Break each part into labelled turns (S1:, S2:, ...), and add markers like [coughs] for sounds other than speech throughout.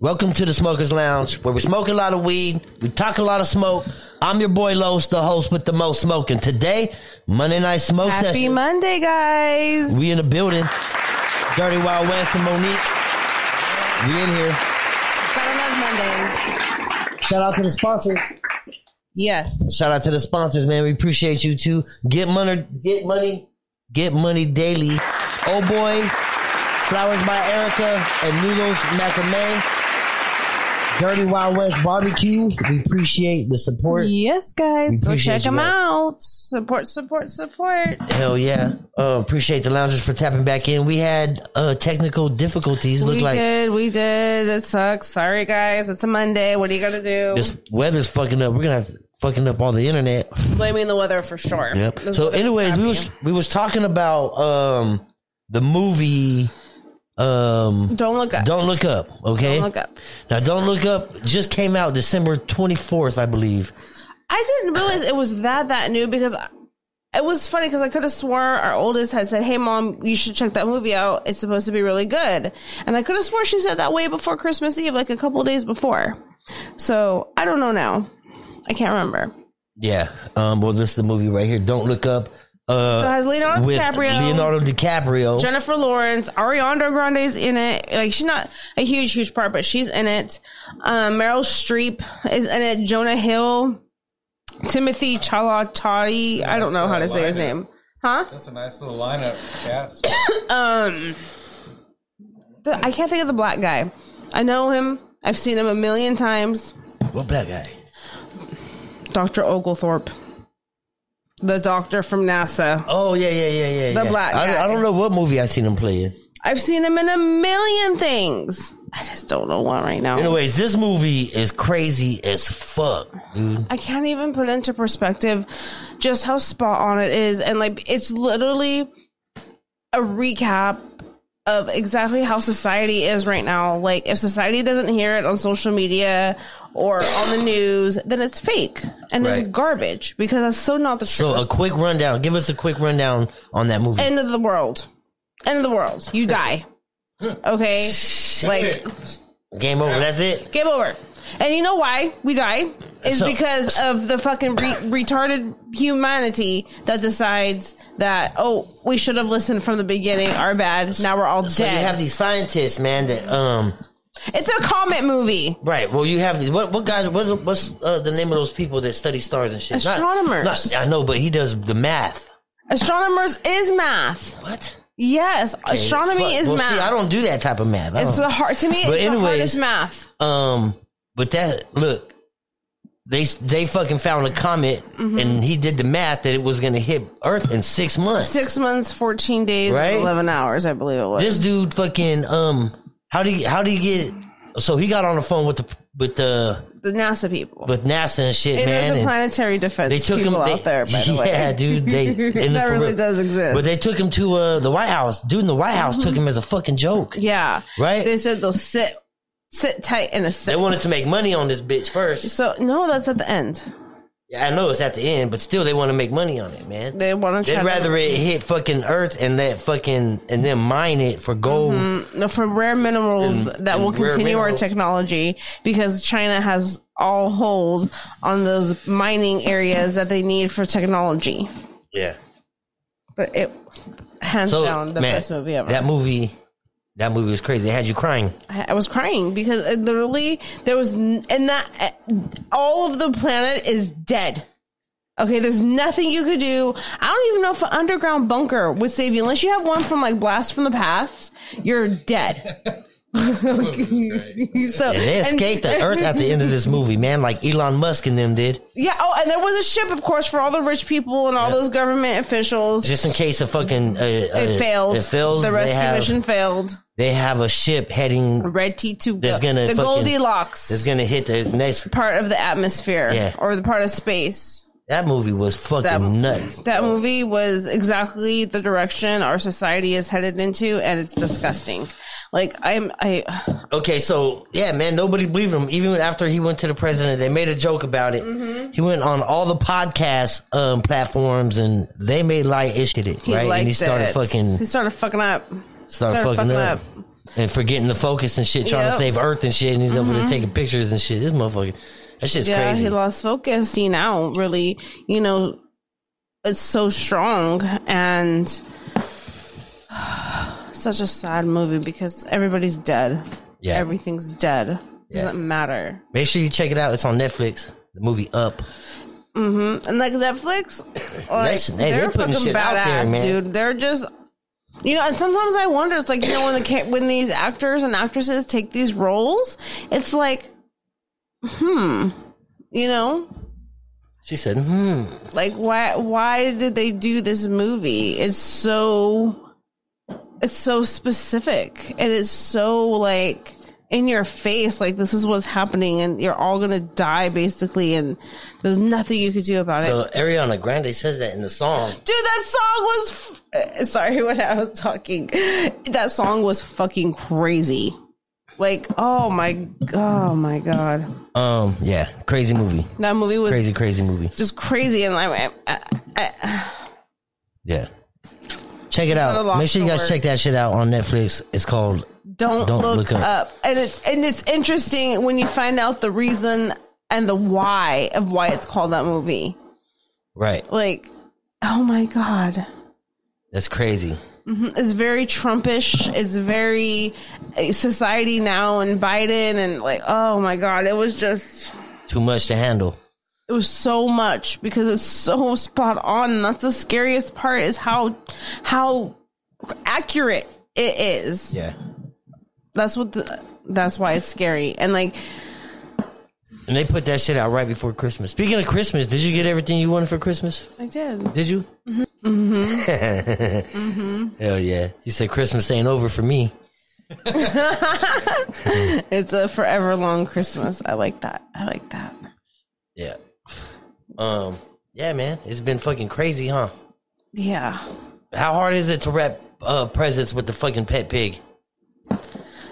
S1: Welcome to the Smokers Lounge, where we smoke a lot of weed, we talk a lot of smoke. I'm your boy Los, the host with the most smoking. Today, Monday Night Smoke
S2: Happy
S1: Session.
S2: Monday, guys.
S1: We in the building. Dirty Wild West and Monique. We in here.
S2: Gotta love Mondays.
S1: Shout out to the sponsors.
S2: Yes.
S1: Shout out to the sponsors, man. We appreciate you too. Get money, get money, get money daily. Oh boy, flowers by Erica and Nulos Macame. Dirty Wild West Barbecue. We appreciate the support.
S2: Yes, guys. Go
S1: appreciate
S2: check them
S1: you guys.
S2: out. Support, support, support.
S1: Hell yeah. Uh, appreciate the loungers for tapping back in. We had uh, technical difficulties. Look
S2: we
S1: like
S2: did. We did. It sucks. Sorry, guys. It's a Monday. What are you gonna do?
S1: this weather's fucking up. We're gonna have to fucking up all the internet.
S2: blaming the weather for sure.
S1: Yep.
S2: This
S1: So,
S2: weather's
S1: anyways, we
S2: crappy.
S1: was we was talking about um the movie um
S2: don't look up.
S1: Don't look up. Okay.
S2: Don't look up.
S1: Now, Don't Look Up just came out December 24th, I believe.
S2: I didn't realize it was that that new because I- it was funny because I could have swore our oldest had said, "Hey, mom, you should check that movie out. It's supposed to be really good." And I could have swore she said that way before Christmas Eve, like a couple days before. So I don't know now. I can't remember.
S1: Yeah. Um, well, this is the movie right here. Don't Look Up. Uh,
S2: So it has Leonardo
S1: with
S2: DiCaprio.
S1: Leonardo DiCaprio.
S2: Jennifer Lawrence, Ariana Grande's in it. Like she's not a huge, huge part, but she's in it. Um, Meryl Streep is in it. Jonah Hill, Timothy Chalatati. I don't know how to say his name. Huh?
S3: That's a nice little lineup.
S2: [laughs]
S3: Cats.
S2: The, I can't think of the black guy. I know him. I've seen him a million times.
S1: what black guy?
S2: Dr. Oglethorpe. The doctor from NASA.
S1: Oh, yeah, yeah, yeah, yeah.
S2: The
S1: yeah.
S2: black
S1: I,
S2: guy.
S1: I don't know what movie i seen him playing.
S2: I've seen him in a million things. I just don't know one right now.
S1: Anyways, this movie is crazy as fuck, dude.
S2: I can't even put into perspective just how spot on it is. And like, it's literally a recap of exactly how society is right now. Like, if society doesn't hear it on social media or on the news, then it's fake and it's
S1: Right.
S2: garbage because that's so not the truth.
S1: So, a quick rundown. Give us a quick rundown on that movie.
S2: End of the world. End of the world.
S1: [laughs]
S2: You die. Okay? Like,
S1: Game over. That's it.
S2: Game over. And you know why we die? Is
S1: So-
S2: because of the fucking
S1: [coughs]
S2: re- retarded humanity that decides that, oh, we should have listened from the beginning. Our bad. Now we're all
S1: So, you
S2: dead.
S1: have these scientists, man, that, um,
S2: it's a comet movie.
S1: Right. Well, you have the, what? What guys? What, what's uh, the name of those people that study stars and shit? Not-
S2: Astronomers.
S1: not- I know, but he does the math.
S2: Astronomers is math.
S1: What?
S2: Yes. astronomy
S1: Fuck.
S2: is
S1: well,
S2: math.
S1: See, I don't do that type of math. I
S2: it's
S1: don't-
S2: the hard to me.
S1: But
S2: it's the
S1: anyways-
S2: hardest math.
S1: um, but that look, they they fucking found a comet,
S2: Mm-hmm.
S1: and he did the math that it was going to hit Earth in six months.
S2: Six months, fourteen days,
S1: Right?
S2: and eleven hours. I believe it was.
S1: This dude fucking um, how do you, how do you get? So he got on the phone with the with the
S2: the NASA people.
S1: with NASA and shit,
S2: Hey,
S1: man.
S2: there's a
S1: and-
S2: planetary defense
S1: They took
S2: people
S1: him they-
S2: out there, by the
S1: [laughs]
S2: way.
S1: Yeah, dude.
S2: [laughs]
S1: They and it's
S2: That
S1: for
S2: really
S1: real.
S2: does exist. Mm-hmm.
S1: But they took him to uh, the White House. Dude in the White House took him as a fucking joke.
S2: Yeah.
S1: Right?
S2: They said they'll sit sit tight in a six.
S1: They wanted to make money on this bitch first.
S2: so no, that's at the end.
S1: Yeah, I know it's at the end, but still they want to make money on it, man.
S2: They want to
S1: They'd
S2: try
S1: rather
S2: to,
S1: it hit fucking Earth and let fucking and then mine it for gold.
S2: no, for rare minerals
S1: And-
S2: that
S1: and
S2: will
S1: rare
S2: continue our
S1: minerals.
S2: technology because China has all hold on those mining areas that they need for technology.
S1: Yeah.
S2: But it hands
S1: So
S2: down the
S1: man,
S2: best movie ever.
S1: That movie that movie was crazy. It had you crying.
S2: I I was crying because it literally there was n- and that uh, all of the planet is dead. Okay, there's nothing you could do. I don't even know if an underground bunker would save you unless you have one from like Blast from the Past. You're dead. [laughs] so
S1: And
S2: [laughs]
S1: they escaped the Earth at the end of this movie, man, like Elon Musk and them did.
S2: yeah. Oh, and there was a ship, of course, for all the rich people and all those government officials.
S1: Just in case a fucking uh,
S2: It failed.
S1: It fails.
S2: The rescue
S1: they have,
S2: mission failed.
S1: they have a ship heading
S2: Red T two.
S1: That's gonna
S2: The
S1: fucking-
S2: Goldilocks.
S1: that's gonna hit the next
S2: part of the atmosphere
S1: Yeah.
S2: or the part of space.
S1: That movie was fucking
S2: That-
S1: nuts.
S2: That movie was exactly the direction our society is headed into, and it's disgusting. Like I'm, I
S1: Okay, so yeah, man, nobody believed him. Even after he went to the president, they made a joke about it.
S2: Mm-hmm.
S1: He went on all the podcast um, platforms, and they made light issue it,
S2: he
S1: right?
S2: liked
S1: And he started
S2: it.
S1: fucking
S2: He started fucking up.
S1: started, fucking, up. and forgetting the focus and shit, trying to
S2: Yep. Mm-hmm.
S1: save Earth and shit, and he's over there taking pictures and shit. This motherfucker, that shit's
S2: yeah,
S1: crazy.
S2: he lost focus. See now, really, you know, it's so strong and [sighs] such a sad movie because everybody's dead.
S1: Yeah.
S2: everything's dead. Doesn't matter.
S1: Make sure you check it out. It's on Netflix. The movie Up.
S2: And
S1: [coughs]
S2: like Netflix, like,
S1: Next- hey,
S2: they're
S1: they're putting
S2: fucking
S1: shit
S2: badass,
S1: out there, man.
S2: dude. They're just, you know. And sometimes I wonder, it's like you know when the ca- when these actors and actresses take these roles, it's like, hmm, you know,
S1: She said, "Hmm,
S2: like why why did they do this movie? It's so, it's so specific, and it's so like in your face like this is what's happening and you're all gonna die basically and there's nothing you could do about it
S1: So Ariana Grande says that in the song.
S2: Dude, that song was. F- eh, Sorry, [laughs] when I was talking, that song was fucking crazy. Like, oh my, oh my god,
S1: Um, yeah, crazy movie,
S2: that movie was
S1: crazy, crazy movie.
S2: just crazy, and like, I, I,
S1: Yeah, check it
S2: a
S1: out.
S2: lot
S1: Make sure you guys
S2: for
S1: check that shit out on Netflix. It's called
S2: don't,
S1: Don't
S2: look,
S1: look up.
S2: up. And it, and it's interesting when you find out the reason and the why of why it's called that movie.
S1: right.
S2: Like, oh my god.
S1: That's crazy.
S2: It's very Trumpish. It's very uh, society now and Biden and like, oh my God, it was just,
S1: Too much to handle.
S2: it was so much because it's so spot on. And that's the scariest part is how, how accurate it is.
S1: Yeah,
S2: That's what the, that's why it's scary. And like,
S1: and they put that shit out right before Christmas. Speaking of Christmas, did you get everything you wanted for Christmas?
S2: I did.
S1: Did you? Mm-hmm. [laughs] Hell yeah! You said Christmas ain't over for me.
S2: It's a forever long Christmas. I like that. I like that.
S1: Yeah. Um. Yeah, man, it's been fucking crazy, huh?
S2: Yeah.
S1: How hard is it to wrap uh, presents with the fucking pet pig?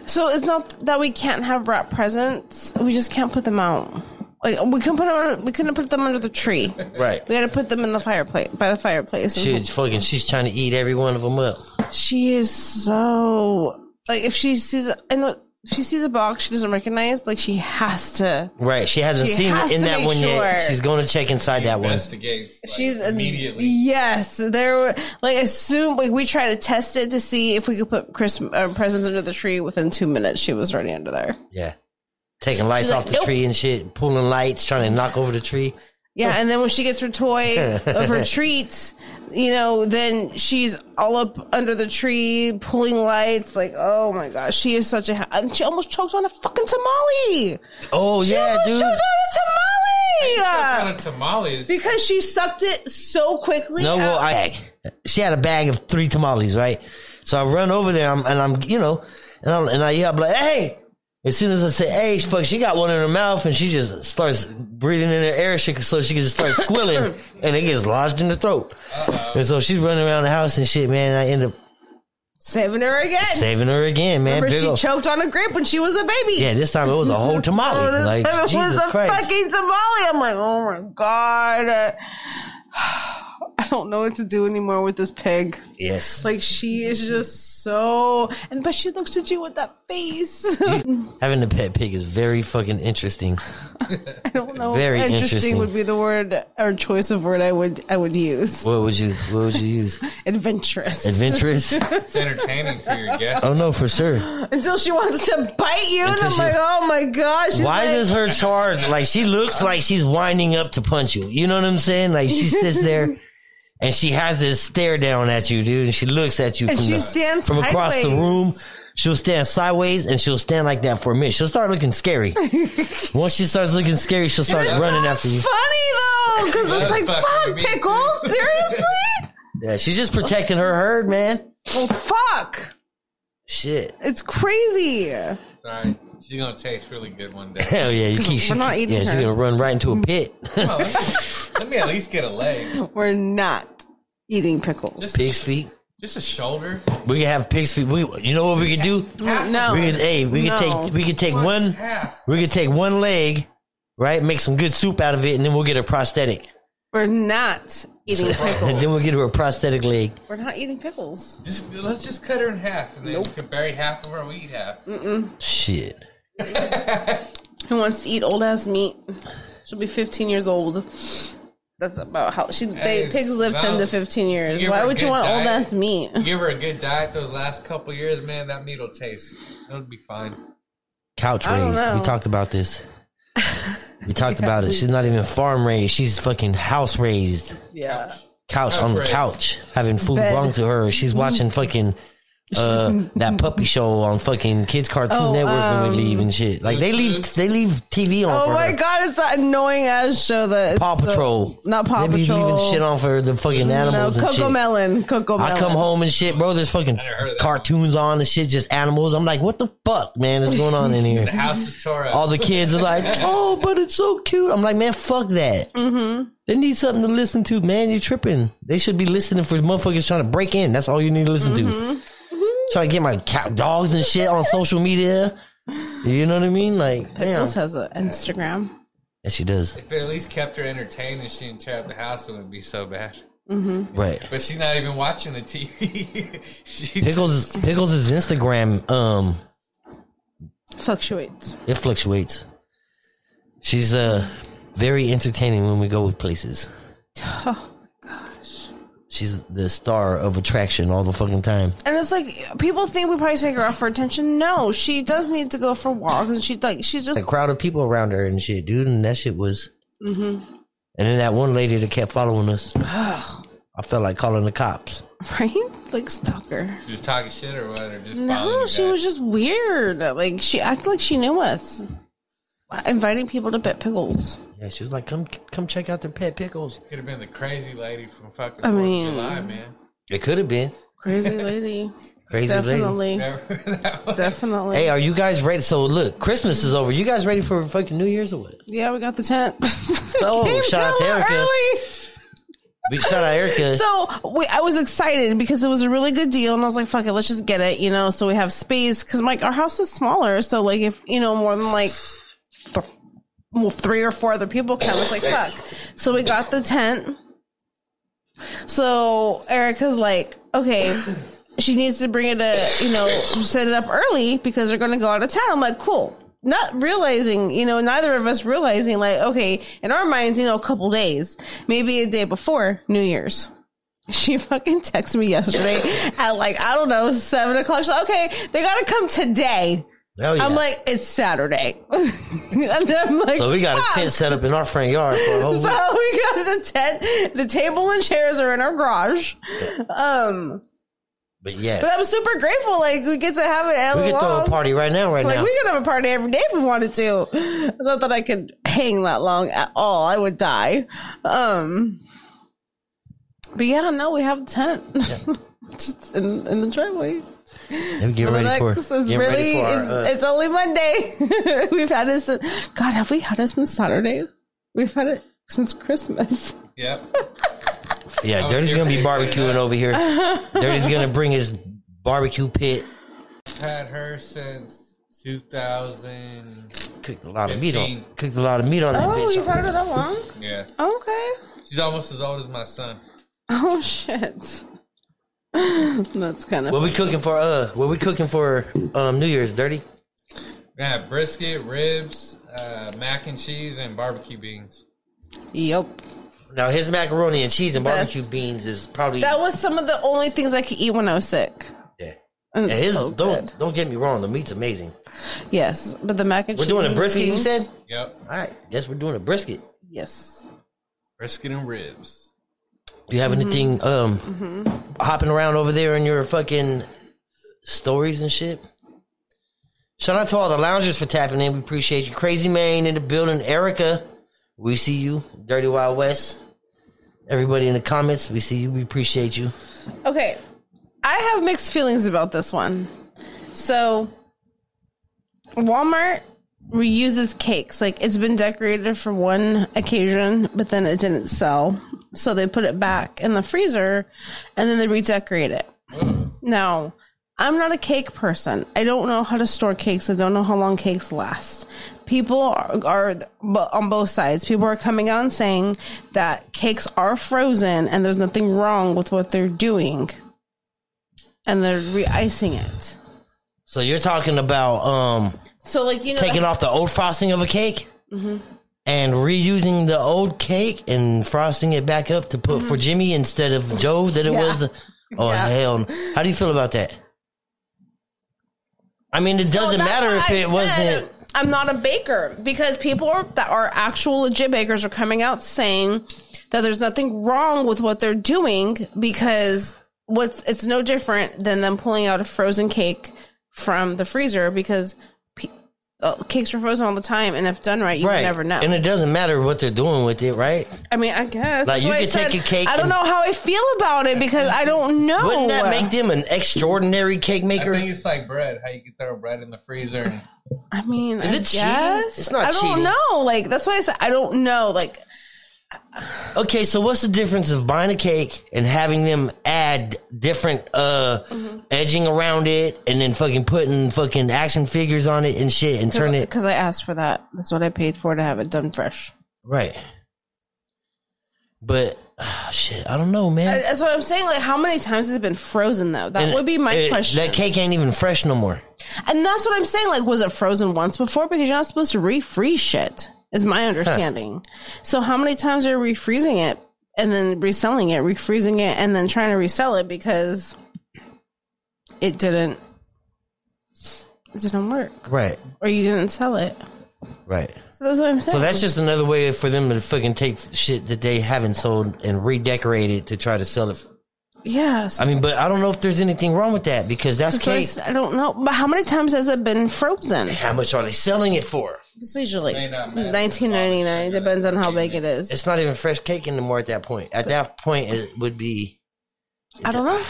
S2: So it's not that we can't have wrap presents. We just can't put them out. Like we couldn't put them. We couldn't put them under the tree.
S1: Right.
S2: We had to put them in the fireplace by the fireplace.
S1: She's fucking. She's trying to eat every one of them up.
S2: She is so like if she sees and look, if she sees a box she doesn't recognize. Like she has to.
S1: Right. She hasn't
S2: She
S1: seen
S2: has
S1: it in
S2: to
S1: that
S2: make
S1: one yet.
S2: sure.
S1: She's going to check inside that one.
S3: Investigates. like,
S2: She's
S3: immediately.
S2: Yes, there. were Like as soon like we tried to test it to see if we could put Christmas uh, presents under the tree. Within two minutes, she was already under there.
S1: Yeah. Taking lights
S2: She's
S1: off
S2: like,
S1: the
S2: "Nope."
S1: tree and shit, pulling lights, trying to knock over the tree.
S2: Yeah, and then when she gets her toy of her treats, you know, then she's all up under the tree pulling lights. Like, oh my gosh, she is such a. Ha- and she almost choked on a fucking tamale.
S1: Oh yeah,
S2: almost
S1: dude.
S2: choked on a
S3: Kind
S2: tamale
S3: of tamales.
S2: because she sucked it so quickly.
S1: No, well,
S2: out-
S1: I she had a bag of three tamales, right? So I run over there, I'm, and I'm, you know, and I'm, and I yell, I'm like, hey. As soon as I say, hey, fuck, she got one in her mouth, and she just starts breathing in her air, she, so she can just start
S2: [laughs]
S1: squilling, and it gets lodged in the throat. And so she's running around the house and shit, man. And I end up
S2: saving her again.
S1: saving her again, man.
S2: Remember,
S1: Big
S2: she
S1: ol'-
S2: choked on a grape when she was a baby.
S1: yeah, this time it was a whole tamale.
S2: [laughs] Oh, this
S1: like,
S2: time it was
S1: Jesus
S2: a
S1: Christ.
S2: fucking tamale. I'm like, oh my god. [sighs] I don't know what to do anymore with this pig.
S1: yes.
S2: Like she is just so, and but she looks at you with that face. [laughs] I
S1: Having a pet pig is very fucking interesting.
S2: don't know.
S1: Very
S2: interesting,
S1: interesting.
S2: would be the word or choice of word I would I would use.
S1: What would you, what would you
S2: [laughs]
S1: use?
S2: Adventurous.
S1: Adventurous?
S3: It's entertaining for your guests.
S1: Oh no, for sure.
S2: [laughs] Until she wants to bite you, and
S1: Until
S2: I'm
S1: she-
S2: like, oh my gosh. She's
S1: Why
S2: like,
S1: does her charge like she looks like she's winding up to punch you? You know what I'm saying? Like she sits there
S2: [laughs]
S1: and she has this stare down at you, dude, and she looks at you
S2: And
S1: from,
S2: she
S1: the-
S2: stands
S1: from across the
S2: sideways.
S1: room. She'll stand sideways and she'll stand like that for a minute. She'll start looking
S2: [laughs]
S1: scary. Once she starts looking scary, she'll start running after you.
S2: Funny though, because
S3: That's
S2: it's like,
S3: fucking
S2: fuck,
S3: me too. [laughs]
S2: pickles. Seriously?
S1: Yeah, she's just protecting her herd, man.
S2: well, fuck.
S1: Shit.
S2: It's crazy.
S3: Sorry. She's going to taste really good one
S1: [laughs]
S3: day.
S1: Hell yeah, you keep.
S2: We're not eating
S1: yeah, she's
S2: her. Mm.
S1: gonna run right into a pit.
S3: Come on, let's- Let me at least get a leg.
S2: We're not eating pickles.
S3: Just,
S1: Pig's feet.
S3: just a shoulder.
S1: We can have pig's feet. We, you know what we could do?
S2: Mm, No.
S1: We could, hey, we could
S2: No.
S1: take we could take
S3: One's
S1: one
S3: half.
S1: we could take one leg, right? Make some good soup out of it, and then we'll get a prosthetic. [laughs]
S2: We're not eating
S1: And then [laughs]
S2: pickles.
S1: we'll get her a prosthetic leg.
S2: We're not eating pickles.
S3: Just let's just cut her in half, and then we can bury half of her. and We eat half.
S1: Shit.
S2: Who wants to eat old ass meat? She'll be 15 years old. That's about how she. They
S3: Hey,
S2: pigs live 10 to
S3: no.
S2: 15 years.
S3: Give
S2: Why
S3: her a
S2: would you
S3: good
S2: want old
S3: diet.
S2: ass meat?
S3: Give her a good diet those last couple years, man. That meat'll taste. It'll be fine.
S1: Couch
S2: I don't
S1: raised. We
S2: know.
S1: talked about
S2: [laughs]
S1: this. We talked about it. She's not even farm raised. She's fucking house raised.
S2: Yeah.
S1: Couch on the
S3: raised.
S1: couch, having food
S2: Bed. Mm-hmm.
S1: wrong to her. She's watching fucking
S2: [laughs]
S1: uh, that puppy show on fucking kids cartoon
S2: Oh,
S1: network when we
S2: um,
S1: leave and shit. Like they leave,
S3: Mm-hmm.
S1: they leave TV on.
S2: Oh
S1: for
S2: my
S1: her.
S2: god, it's that annoying ass show that it's
S1: Paw
S2: so-
S1: Patrol.
S2: not Paw
S1: they be
S2: Patrol.
S1: leaving shit on for the fucking
S2: no,
S1: animals and
S2: Coco
S1: shit.
S2: Melon. Coco Melon.
S1: I come home and shit, bro. There's fucking
S3: never heard of that
S1: cartoons on and shit, just animals. I'm like, what the fuck, man, is going on in
S3: The
S1: here?
S3: house is tore up.
S1: All the kids are like, oh, but it's so cute. I'm like, man, fuck that. Mm-hmm. They need something to listen to, man. You're tripping. They should be listening for motherfuckers trying to break in. That's all you need to listen to.
S2: Mm-hmm.
S1: Trying to get my cat, dogs and shit on social media. You know what I mean? Like, damn.
S2: Pickles has an Instagram.
S1: Yes, she does.
S3: If it at least kept her entertained and she didn't tear up the house, it wouldn't be so bad.
S1: Right.
S3: But she's not even watching the TV. [laughs] she's
S1: Pickles, Pickles' is Instagram um
S2: Fluctuates.
S1: It fluctuates. She's uh very entertaining when we go with places.
S2: Oh.
S1: She's the star of attraction all the fucking time.
S2: And it's like people think we probably take her out for attention. No, she does need to go for walks, and she like she's just
S1: A crowd of people around her and shit, dude, and that shit was.
S2: Mm-hmm.
S1: And then that one lady that kept following us, I felt like calling the cops.
S2: [sighs] right like stalker.
S3: she was talking shit or what, or just following
S2: No,
S3: you
S2: she
S3: back.
S2: was just weird. Like she acted like she knew us, inviting people to pet pickles.
S1: Yeah, she was like, "Come, come check out their pet pickles."
S3: Could have been the crazy lady from fucking
S2: I
S3: Fourth
S2: mean-
S3: of July, man.
S1: It could have been [laughs]
S2: Crazy lady.
S1: crazy lady.
S2: Definitely.
S3: Remember that one?
S2: Definitely.
S1: Hey, are you guys ready? So look, Christmas is over. You guys ready for fucking New Year's or what?
S2: yeah, we got the tent. [laughs]
S1: Oh,
S2: Came
S1: shout out to
S2: hella
S1: Erica.
S2: early.
S1: We shout out Erica.
S2: So we, I was excited because it was a really good deal, and I was like, "Fuck it, let's just get it," you know. So we have space because like our house is smaller, so like if you know more than like th- well, three or four other people come, it's like fuck. So we got the tent. So Erica's like, okay. She needs to bring it to, you know, set it up early because they're going to go out of town. I'm like, cool. Not realizing, you know, neither of us realizing, like, okay, in our minds, you know, a couple days, maybe a day before New Year's. She fucking texted
S1: [laughs]
S2: me yesterday at like, I don't know, seven o'clock. She's like, okay, they got to come today.
S1: Hell yeah.
S2: I'm like, it's Saturday. [laughs] and then I'm like,
S1: so we got
S2: "Fuck."
S1: a tent set up in our front yard for a whole
S2: [laughs] So we
S1: week.
S2: got the tent. The table and chairs are in our garage. Um,
S1: But yeah,
S2: but I'm super grateful. Like we get to have it at
S1: we could throw a
S2: long.
S1: party right now, right
S2: Like
S1: now.
S2: we could have a party every day if we wanted to. Not that I could hang that long at all. I would die. Um, but yeah, no, we have a tent. [laughs] Just in, in the driveway.
S1: Let me get ready for
S2: Relax, it's
S1: get
S2: really,
S1: ready for our,
S2: it's,
S1: uh,
S2: it's only Monday. [laughs] We've had it since, God, have we had it since Saturday? We've had it since Christmas.
S3: Yep. [laughs]
S1: uh, yeah.
S3: I'm
S1: Dirty's gonna be
S3: serious.
S1: barbecuing over
S2: [laughs]
S1: here. Dirty's gonna bring his barbecue pit.
S3: Had her since 2000.
S1: Cooked a lot of meat on.
S3: Fifteen.
S1: Cooked a lot of meat on that
S2: [laughs] Oh,
S1: bitch.
S2: you've had it
S1: [laughs]
S2: that long?
S3: Yeah.
S2: Okay.
S3: She's almost as old as my son.
S2: Oh, shit. [laughs] That's kind of.
S1: What we cooking for? Uh, what we cooking for? Um, New Year's, Dirty.
S3: We're gonna have brisket, ribs, uh, mac and cheese, and barbecue beans.
S2: yep.
S1: Now his macaroni and cheese and
S2: Best.
S1: barbecue beans is probably
S2: That was some of the only things I could eat when I was sick.
S1: yeah.
S2: And
S1: And
S2: it's
S1: his
S2: Oh, so
S1: don't
S2: good.
S1: don't get me wrong, the meat's amazing.
S2: Yes, but the mac and
S1: We're
S2: cheese.
S1: doing a
S2: and
S1: brisket. You
S2: beans-
S1: said
S3: Yep.
S1: all right. Guess we're doing a brisket.
S2: Yes.
S3: Brisket and ribs.
S1: You have anything um hopping around over there in your fucking stories and shit? Shout out to all the loungers for tapping in. We appreciate you. Crazy man in the building, Erica. We see you. Dirty Wild West. Everybody in the comments, we see you. We appreciate you.
S2: Okay. I have mixed feelings about this one. So, Walmart reuses cakes. Like it's been decorated for one occasion, but then it didn't sell. So they put it back in the freezer and then they redecorate it. Now, I'm not a cake person. I don't know how to store cakes. I don't know how long cakes last. People are, are bo- on both sides. People are coming out and saying that cakes are frozen and there's nothing wrong with what they're doing. And they're re-icing it.
S1: So you're talking about um
S2: So like you know
S1: taking off the old frosting of a cake and reusing the old cake and frosting it back up to put for Jimmy instead of Joe that it
S2: Yeah. [laughs]
S1: was the Oh
S2: Yeah.
S1: hell. no. How do you feel about that? I mean it doesn't
S2: that's
S1: matter
S2: why
S1: if
S2: I
S1: it
S2: said
S1: wasn't
S2: I'm not a baker because people are, that are actual legit bakers are coming out saying that there's nothing wrong with what they're doing because what's it's no different than them pulling out a frozen cake from the freezer because pe- uh, cakes are frozen all the time and if done right you
S1: right.
S2: would never know.
S1: And it doesn't matter what they're doing with it, right?
S2: I mean, I guess
S1: Like,
S2: that's
S1: you
S2: why I
S1: could take
S2: said
S1: a cake
S2: I don't
S1: and-
S2: know how I feel about it because I don't know.
S1: Wouldn't that make them an extraordinary cake
S3: I
S1: maker?
S3: think it's like bread. How you can throw bread in the freezer. And,
S2: I mean,
S1: Is
S2: I
S1: it cheating?
S2: guess?
S1: It's not
S2: I don't
S1: cheating.
S2: know. Like that's why I said I don't know. Like
S1: Okay, so what's the difference of buying a cake and having them add different uh
S2: Mm-hmm.
S1: edging around it and then fucking putting fucking action figures on it and shit and turn it
S2: because I asked for that. That's what I paid for to have it done fresh.
S1: right. But ah, shit, I don't know, man.
S2: That's what I'm saying. Like, how many times has it been frozen though? That
S1: And
S2: would be my
S1: it-
S2: question.
S1: That cake ain't even fresh no more.
S2: and that's what I'm saying. Like, was it frozen once before? Because you're not supposed to refreeze shit. Is my understanding. So how many times are you refreezing it and then reselling it, refreezing it, and then trying to resell it because it didn't it didn't work
S1: Right,
S2: or you didn't sell it.
S1: right.
S2: So that's what I'm saying.
S1: So that's just another way for them to fucking take shit that they haven't sold and redecorate it to try to sell it.
S2: yeah. so
S1: I mean, but I don't know if there's anything wrong with that because that's
S2: So I
S1: cake.
S2: s- I don't know, but how many times has it been frozen?
S1: How much are they selling it for?
S2: It's usually
S3: May not matter.
S2: nineteen ninety nine. Depends on how big it is.
S1: It's not even fresh cake anymore at that point. At that point, it would be.
S2: I don't know.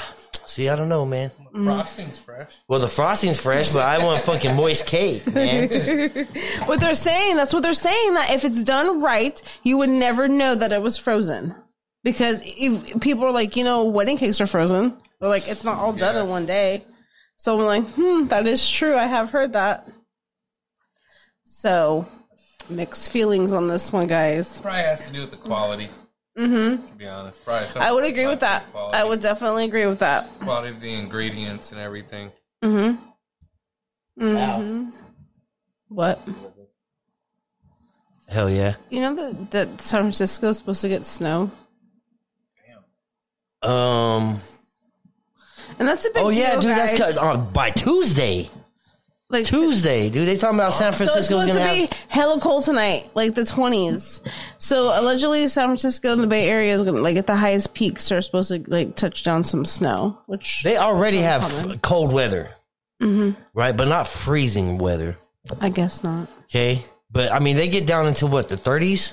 S1: See, I don't know, man.
S2: Mm-hmm.
S3: Frosting's fresh.
S1: Well, the frosting's fresh, but I want fucking moist cake,
S2: [laughs]
S1: man.
S2: What they're saying, that's what they're saying. That if it's done right, you would never know that it was frozen, because if, people are like, you know, wedding cakes are frozen. They're like, it's not all done in one day. So I'm like, hmm, that is true. I have heard that. So mixed feelings on this one, guys.
S3: Probably has to do with the quality. Mm-hmm. To be honest, probably. something
S2: I would
S3: like
S2: agree with that.
S3: Quality,
S2: I would definitely agree with that.
S3: quality of the ingredients and everything.
S1: Wow.
S2: What?
S1: Hell yeah.
S2: You know that that San Francisco is supposed to get snow,
S1: Um.
S2: and that's a big.
S1: Oh yeah,
S2: deal,
S1: dude. That's
S2: guys.
S1: cut on by Tuesday.
S2: like
S1: Tuesday, dude. They talking about San
S2: So it's
S1: Francisco's
S2: supposed to
S1: gonna
S2: be
S1: have.
S2: hella cold tonight, like the twenties. So allegedly, San Francisco and the Bay Area is gonna like at the highest peaks are supposed to like touch down some snow, which
S1: They already have f- cold weather,
S2: Mm-hmm.
S1: right? But not freezing weather.
S2: I guess not.
S1: Okay, but I mean they get down into what the thirties,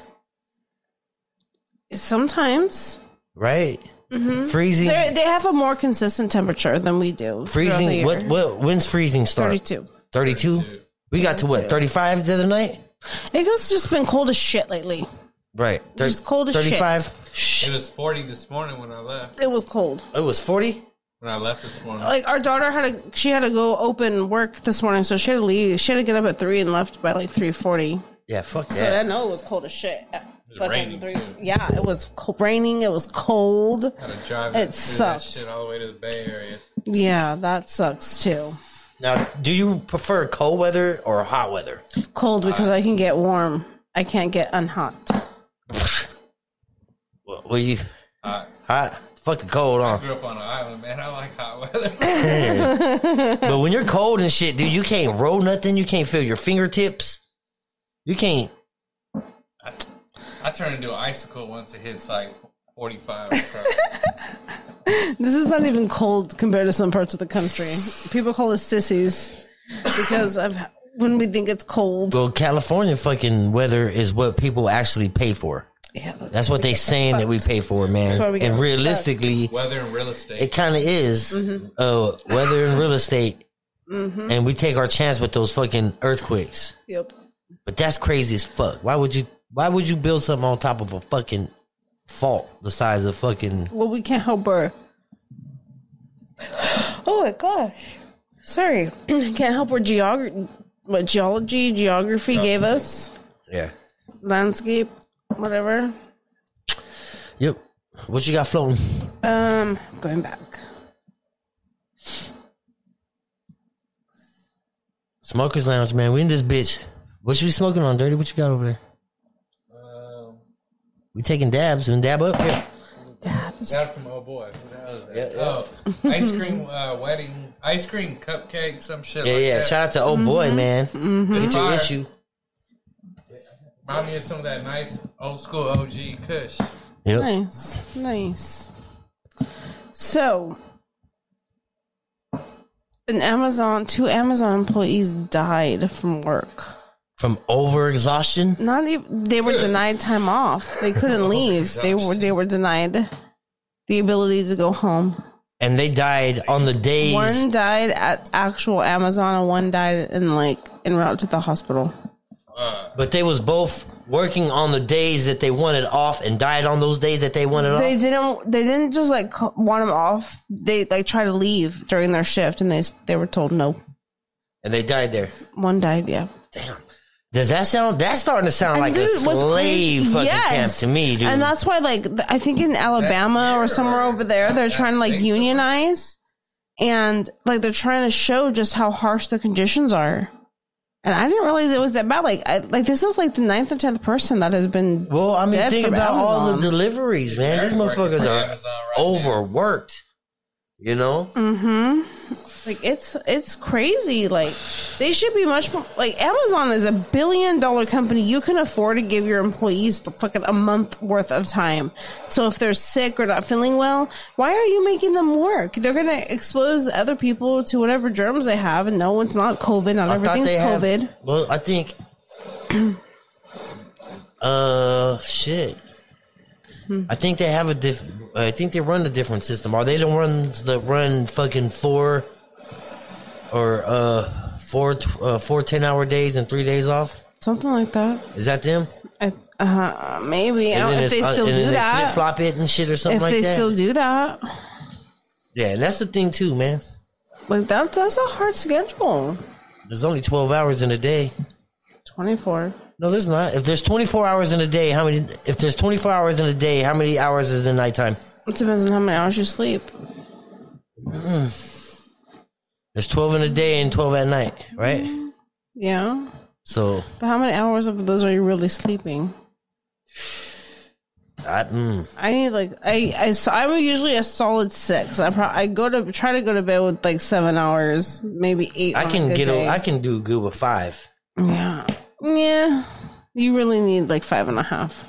S2: Sometimes
S1: right?
S2: Mm-hmm.
S1: Freezing,
S2: they they have a more consistent temperature than we do.
S1: freezing. What? What? When's freezing start?
S2: Thirty two.
S1: 32? We got to what, 35 the other night?
S2: It has just been cold as shit lately.
S1: Right.
S2: It's cold as shit.
S1: 35?
S3: It was 40 this morning when I left.
S2: It was cold.
S1: It was 40?
S3: When I left this morning.
S1: Oh,
S2: like our daughter had a she had to go open work this morning, so she had to leave. She had to get up at three and left by like three forty.
S1: Yeah, fuck
S2: So I
S1: that.
S2: know it was cold as shit. At
S3: was
S2: fucking
S3: raining,
S2: three,
S3: too.
S2: yeah, it was co- raining. It was cold.
S3: Had to drive
S2: It
S3: through
S2: sucked.
S3: That shit all the way to the Bay Area.
S2: Yeah, that sucks too.
S1: Now, do you prefer cold weather or hot weather?
S2: Cold because I can get warm. I can't get unhot.
S1: Well, well, you Uh,
S3: Hot.
S1: hot? Fuck the cold,
S3: I
S1: huh?
S3: grew up on an island, man. I like hot weather.
S1: [laughs]
S3: [laughs]
S1: but when you're cold and shit, dude, you can't roll nothing. You can't feel your fingertips. You can't.
S3: I turned into an icicle once it hits like
S1: [laughs]
S3: 45. or so.
S2: This is not even cold compared to some parts of the country. People call us sissies because of when we think it's cold.
S1: Well, California fucking weather is what people actually pay for.
S2: Yeah, that's,
S1: That's what they saying that we pay for,
S2: why
S1: man.
S2: we
S1: And
S2: got
S1: realistically,
S3: Weather and real estate.
S1: It kind of is uh, weather and real estate, and we take our chance with those fucking earthquakes.
S2: yep.
S1: But that's crazy as fuck. Why would you? Why would you build something on top of a fucking fault the size of fucking?
S2: Well, we can't help her. [gasps] Oh my gosh. Sorry. [clears throat] can't help her geog- what geology, geography gave us.
S1: Yeah.
S2: Landscape, whatever.
S1: Yep. What you got floating?
S2: Um, going back.
S1: Smokers lounge, man. We in this bitch. What you be smoking on, dirty? What you got over there?
S3: Um,
S1: We taking dabs. We dab up. Yeah.
S2: Dabs.
S3: that from oh boy, who the hell is that? Oh, ice cream uh, wedding, ice cream cupcake, some shit.
S1: Yeah,
S3: like
S1: yeah.
S3: That.
S1: Shout out to old boy, man. Get your
S3: Fire.
S1: issue.
S3: Remind me of some of that nice old school OG Kush.
S1: Yep.
S2: Nice. Nice. So, an Amazon, two Amazon employees died from work.
S1: From over exhaustion.
S2: Not even they were denied time off. They couldn't leave. They were they were denied the ability to go home.
S1: and they died on the days.
S2: One died at actual Amazon and one died in like en route to the hospital.
S1: But they was both working on the days that they wanted off and died on those days that they wanted
S2: They
S1: off.
S2: didn't they didn't just like co- want them off. They like tried to leave during their shift and they s- they were told no.
S1: And they died there.
S2: One died, yeah.
S1: Damn. Does that sound? That's starting to sound like a
S2: what's
S1: slave
S2: crazy-
S1: fucking
S2: yes.
S1: camp to me, dude.
S2: And that's why, like, th- I think in Alabama or
S3: here
S2: somewhere
S3: or
S2: over there, they're
S3: that
S2: trying to like
S3: state somewhere?
S2: unionize, and like they're trying to show just how harsh the conditions are. And I didn't realize it was that bad. Like, I, like this is like the ninth or tenth person that has been.
S1: well, I mean,
S2: Dead
S1: think
S2: from
S1: about all the
S2: Amazon.
S1: deliveries, man. These
S3: Working for
S1: motherfuckers are
S3: Amazon right now.
S1: overworked. You know,
S2: hmm Like it's it's crazy. Like they should be much more. Like Amazon is a billion dollar company. You can afford to give your employees the fucking a month worth of time. So if they're sick or not feeling well, why are you making them work? They're gonna expose the other people to whatever germs they have, and no, it's not COVID. Not
S1: I thought
S2: everything's
S1: they had.
S2: COVID.
S1: well, I think. [clears throat] uh, shit. I think they have a diff. I think they run a different system. Are they the ones that run fucking four or uh four tw- uh, four ten hour days and three days off?
S2: Something like that.
S1: Is that them?
S2: I, uh, maybe
S1: And
S2: I don't,
S1: then it's-
S2: if they
S1: uh,
S2: still
S1: and then
S2: do
S1: they
S2: that.
S1: flip flop it and shit or something
S2: If
S1: like
S2: they
S1: that.
S2: still do that,
S1: yeah, and that's the thing too, man.
S2: like that's that's a hard schedule.
S1: There's only twelve hours in a day.
S2: Twenty four.
S1: No, there's not. If there's 24 hours in a day, how many? If there's 24 hours in a day, how many hours is in nighttime?
S2: It depends on how many hours you sleep.
S1: There's 12 in a day and 12 at night, right?
S2: Yeah.
S1: So,
S2: But how many hours of those are you really sleeping?
S1: I, mm,
S2: I need like I I so I'm usually a solid six. I pro- I go to try to go to bed with like seven hours, maybe eight.
S1: I
S2: on a
S1: can
S2: good
S1: get,
S2: day.
S1: a, I can do good with five.
S2: yeah, yeah. You really need like five and a half.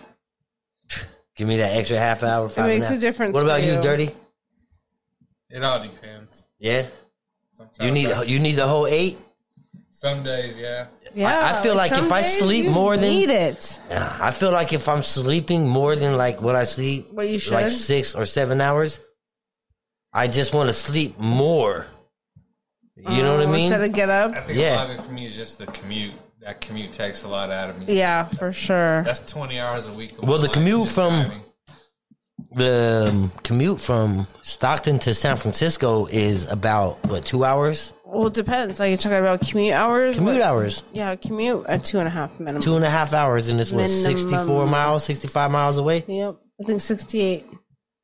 S1: Give me that extra half hour. Five and
S2: makes
S1: half.
S2: a difference
S1: What about
S2: for
S1: you,
S2: you.
S1: Dirty?
S3: It all depends.
S1: Yeah,
S3: Sometimes
S1: you need,
S3: I-
S1: you need the whole eight.
S3: some days, yeah.
S2: Yeah,
S1: I feel like
S2: some
S1: if I
S2: days
S1: sleep
S2: you
S1: more than-
S2: need it.
S1: Ah, I feel like if I'm sleeping more than like what I sleep,
S2: What you should.
S1: like six or seven hours, I just want to sleep more. You know what I
S2: Um,
S1: mean?
S2: Instead of get
S3: I
S2: up.
S3: think
S1: Yeah.
S3: a lot of it for me is just the commute. That commute takes a lot out of me.
S2: Yeah, for sure.
S3: That's twenty hours a week. of
S1: Well, the
S3: my life
S1: commute
S3: just
S1: from-
S3: driving.
S1: the um, commute from Stockton to San Francisco is about what two hours?
S2: Well, it depends. Like you're talking about commute hours.
S1: Commute
S2: What-
S1: hours,
S2: Yeah, commute at two and a half minimum.
S1: two and a half hours, and it's what
S2: Minimum.
S1: sixty-four miles, sixty-five miles away,
S2: Yep, I think sixty-eight.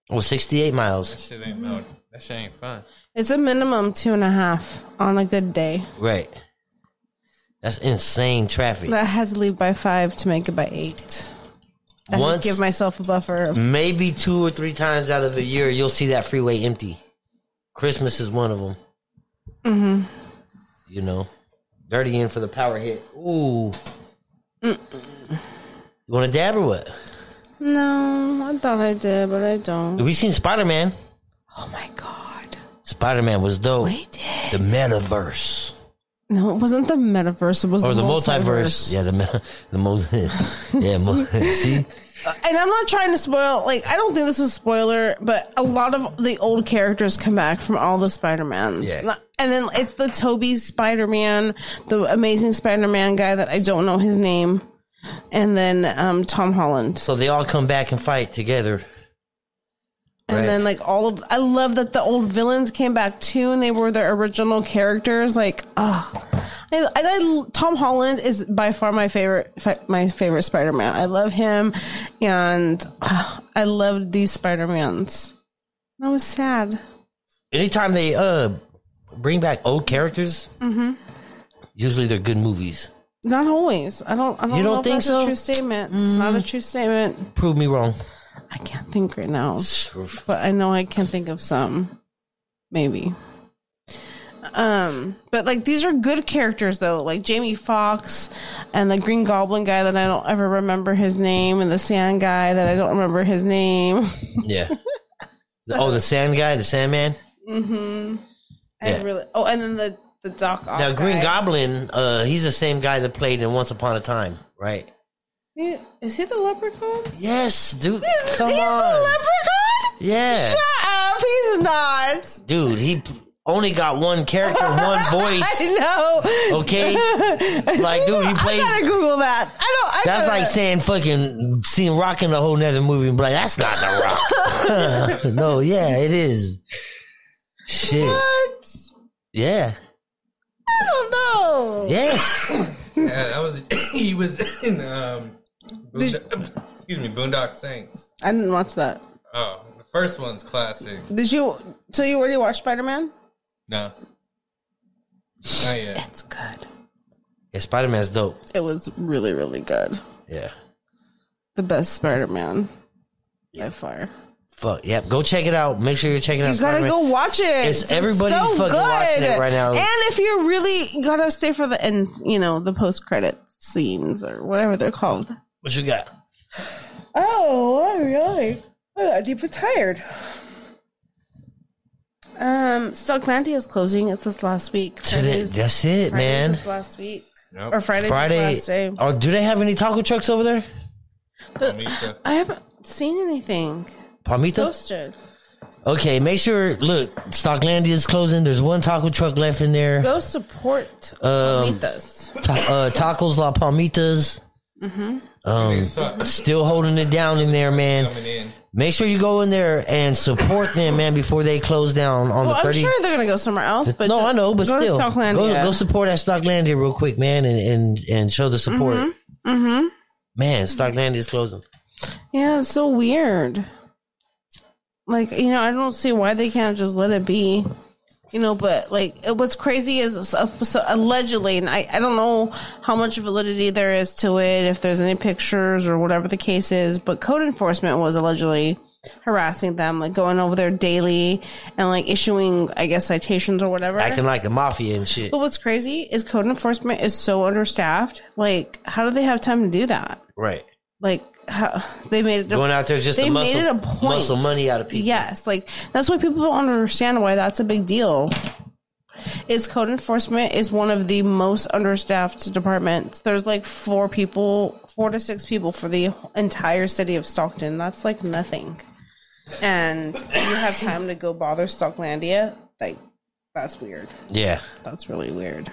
S1: or sixty-eight miles.
S3: That shit ain't no. That shit ain't fun.
S2: It's a minimum two and a half on a good day.
S1: Right. That's insane traffic.
S2: That had to leave by five to make it by eight. I had
S1: Once,
S2: to give myself a buffer. of-
S1: maybe two or three times out of the year, you'll see that freeway empty. Christmas is one of them. Mm-hmm. You know, dirty in for the power hit. Ooh. You want to dab or what?
S2: No, I thought I did, but I don't.
S1: We seen Spider Man.
S2: Oh my god,
S1: Spider Man was dope.
S2: we did.
S1: The metaverse
S2: No, it wasn't the metaverse. It was
S1: or the multiverse.
S2: multiverse.
S1: Yeah, the me- [laughs] the mo- Yeah, mo- [laughs] see,
S2: And I'm not trying to spoil. Like, I don't think this is a spoiler, but a lot of the old characters come back from all the Spider Mans.
S1: Yeah.
S2: And then it's the Toby Spider Man, the amazing Spider Man guy that I don't know his name. And then um, Tom Holland.
S1: So they all come back and fight together.
S2: And
S1: Right.
S2: then like all of I love that the old villains came back too and they were their original characters. Like, ah, I, I, I- Tom Holland is by far my favorite fa- my favorite Spider Man. I love him, and ah, I loved these Spider Mans. I was sad.
S1: Anytime they uh bring back old characters,
S2: Mm-hmm.
S1: usually they're good movies.
S2: Not always. I don't. I don't
S1: You don't
S2: know if
S1: think
S2: that's
S1: so? Mm.
S2: A true statement. It's not a true statement.
S1: Prove me wrong. [laughs]
S2: I can't think right now, but I know I can think of some. Maybe. Um, but like these are good characters though, like Jamie Fox and the Green Goblin guy that I don't ever remember his name, and the Sand guy that I don't remember his name.
S1: Yeah.
S2: [laughs]
S1: The- oh, the sand guy, the Sandman.
S2: I
S1: Yeah.
S2: really. Oh, and then the the Doc Ock.
S1: Now, Green
S2: guy.
S1: Goblin, uh, he's the same guy that played in Once Upon a Time, right?
S2: He- Is he the leprechaun?
S1: Yes, dude.
S2: He's-
S1: come
S2: he's the
S1: on.
S2: leprechaun.
S1: Yeah.
S2: Shut up! He's not.
S1: Dude, he p- only got one character,
S2: [laughs]
S1: one voice.
S2: I know.
S1: Okay? Like, dude, he plays.
S2: I gotta Google that. I don't. I
S1: That's
S2: gotta-
S1: like saying fucking seeing Rock in a whole nother movie and be like, that's not the Rock. [laughs] no, yeah, it is. Shit.
S2: what?
S1: Yeah.
S2: I don't know.
S1: Yes.
S3: Yeah, that was [coughs] he was in um, Boondock, excuse me, Boondock Saints.
S2: I didn't watch that.
S3: Oh, the first one's classic.
S2: Did you? So you already watched Spider Man?
S3: No, not yet.
S2: It's good.
S1: Yeah, Spider Man's dope.
S2: It was really, really good.
S1: Yeah.
S2: The best Spider Man by far.
S1: Fuck. Yep. Go check it out. Make sure you're checking out
S2: You gotta
S1: Spider-Man.
S2: go watch it.
S1: It's- everybody's fucking watching it right now.
S2: And if you really you gotta stay for the end, you know, the post credit scenes or whatever they're called.
S1: What you got?
S2: Oh, I'm really? I'm deeply tired. Um, Stocklandia is closing. It's this last week.
S1: Today,
S2: Friday's-
S1: that's it,
S2: Friday's
S1: man.
S2: this last week.
S3: Nope.
S2: Or Friday's Friday.
S1: Friday.
S2: Last day.
S1: Oh, do they have any taco trucks over there? Oh,
S3: Mika.
S2: I haven't seen anything
S1: Palmito?
S2: posted.
S1: Okay, make sure. Look, Stocklandia is closing. There's one taco truck left in there.
S2: Go support
S1: Um,
S2: Palmitas.
S1: Ta- uh, tacos La Palmitas. Um,
S3: These suck.
S1: Still holding it down in there, man.
S3: coming in.
S1: Make sure you go in there and support them, man, before they close down on
S2: Well,
S1: the
S2: I'm
S1: 30.
S2: sure they're gonna go somewhere else. But
S1: no,
S2: ju-
S1: I know, but
S2: go
S1: still,
S2: to
S1: go,
S2: Stocklandia.
S1: go support at Stocklandia real quick, man, and and, and show the support. Mm-hmm. Man, Stocklandia is closing.
S2: yeah, it's so weird. Like you know, I don't see why they can't just let it be. You know, but like, it, what's crazy is so, so allegedly, and I, I don't know how much validity there is to it, if there's any pictures or whatever the case is, but code enforcement was allegedly harassing them, like going over there daily and like issuing, I guess, citations or whatever.
S1: Acting like the mafia and shit.
S2: But what's crazy is code enforcement is so understaffed. Like, how do they have time to do that?
S1: Right.
S2: Like, how they made it a-
S1: Going out there just
S2: they
S1: to
S2: made
S1: muscle,
S2: it a point.
S1: muscle money out of people.
S2: Yes, like that's why people don't understand why that's a big deal. Is code enforcement is one of the most understaffed departments. There's like four people, four to six people for the entire city of Stockton. That's like nothing. And you have time to go bother Stocklandia? Like, that's weird.
S1: Yeah.
S2: That's really weird.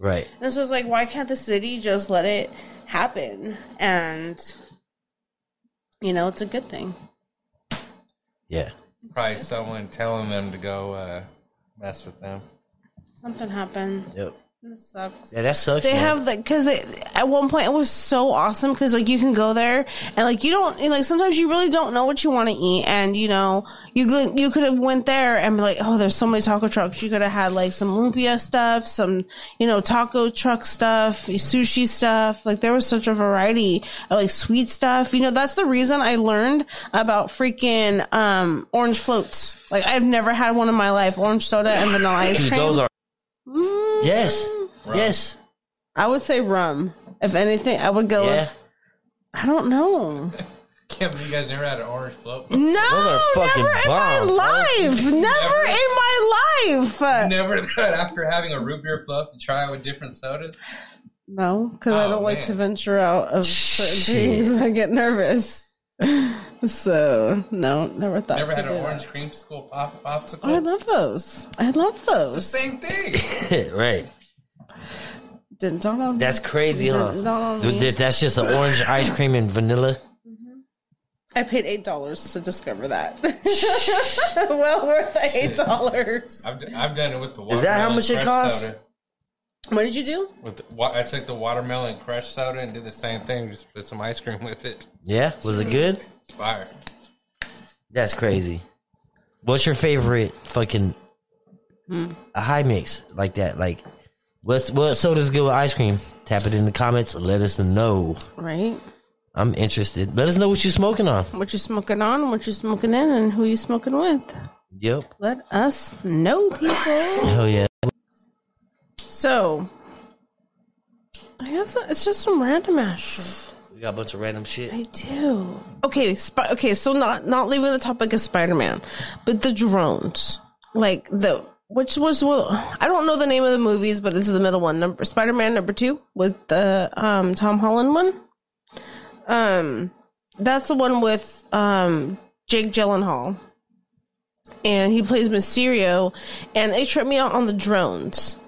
S1: Right.
S2: This is like, why can't the city just let it happen? And you know, it's a good thing.
S1: Yeah.
S3: Probably someone telling them to go uh, mess with them.
S2: Something happened.
S1: Yep.
S2: This sucks.
S1: Yeah, that sucks.
S2: They
S1: man.
S2: have the because at one point it was so awesome because like you can go there and like you don't and, like sometimes you really don't know what you want to eat and you know you could you could have went there and be like oh there's so many taco trucks you could have had like some lumpia stuff some you know taco truck stuff sushi stuff like there was such a variety of like sweet stuff you know that's the reason I learned about freaking um orange floats like I've never had one in my life orange soda and vanilla ice
S1: Dude,
S2: cream
S1: those are
S2: Mm.
S1: yes, yes,
S2: I would say rum. If anything, I would go
S1: yeah.
S2: with. I don't know.
S3: Can't believe you guys never had an orange float.
S2: No,
S1: are fucking
S2: never in my
S1: bomb, bro.
S2: life. Never in my life.
S3: Never [laughs] that after having a root beer float to try with different sodas.
S2: No, because I
S3: Oh,
S2: don't like
S3: man.
S2: to venture out of certain
S1: Shit.
S2: things. I get nervous. So no, never thought
S3: Never
S2: to
S3: had
S2: do
S3: an
S2: that.
S3: orange creamsicle pop
S2: I
S3: popsicle.
S2: love those. I love
S3: It's the
S2: those.
S3: same thing.
S1: [laughs] right.
S2: Didn't dawn on me.
S1: That's crazy, huh?
S2: Didn't dawn on
S1: Th-
S2: me.
S1: th- That's just an orange ice cream and vanilla.
S2: I paid eight dollars to discover that. [laughs] well worth the eight
S3: [laughs]
S2: dollars.
S3: I've, d- I've done it with the watermelon.
S1: Is that how much it
S3: crushed
S1: costs?
S3: Soda.
S2: What did you do?
S3: With the, wa- I took the watermelon crush soda and did the same thing. Just put some ice cream with it.
S1: Yeah, was it good?
S3: Fire.
S1: That's crazy. What's your favorite fucking
S2: Hmm.
S1: a high mix like that? Like, what's what soda's good with ice cream? Tap it in the comments. Let us know.
S2: Right.
S1: I'm interested. Let us know what you smoking on.
S2: What you smoking on? What you smoking in? And who you smoking with?
S1: Yep.
S2: Let us know, people.
S1: Hell yeah.
S2: So, I guess it's just some random ass shit.
S1: We got a bunch of random shit.
S2: I do. Okay, spi- okay. So not not leaving the topic of Spider Man, but the drones, like the which was well, I don't know the name of the movies, but this is the middle one, number Spider Man number two with the um Tom Holland one. Um, that's the one with um Jake Gyllenhaal, and he plays Mysterio, and they tripped me out on the drones,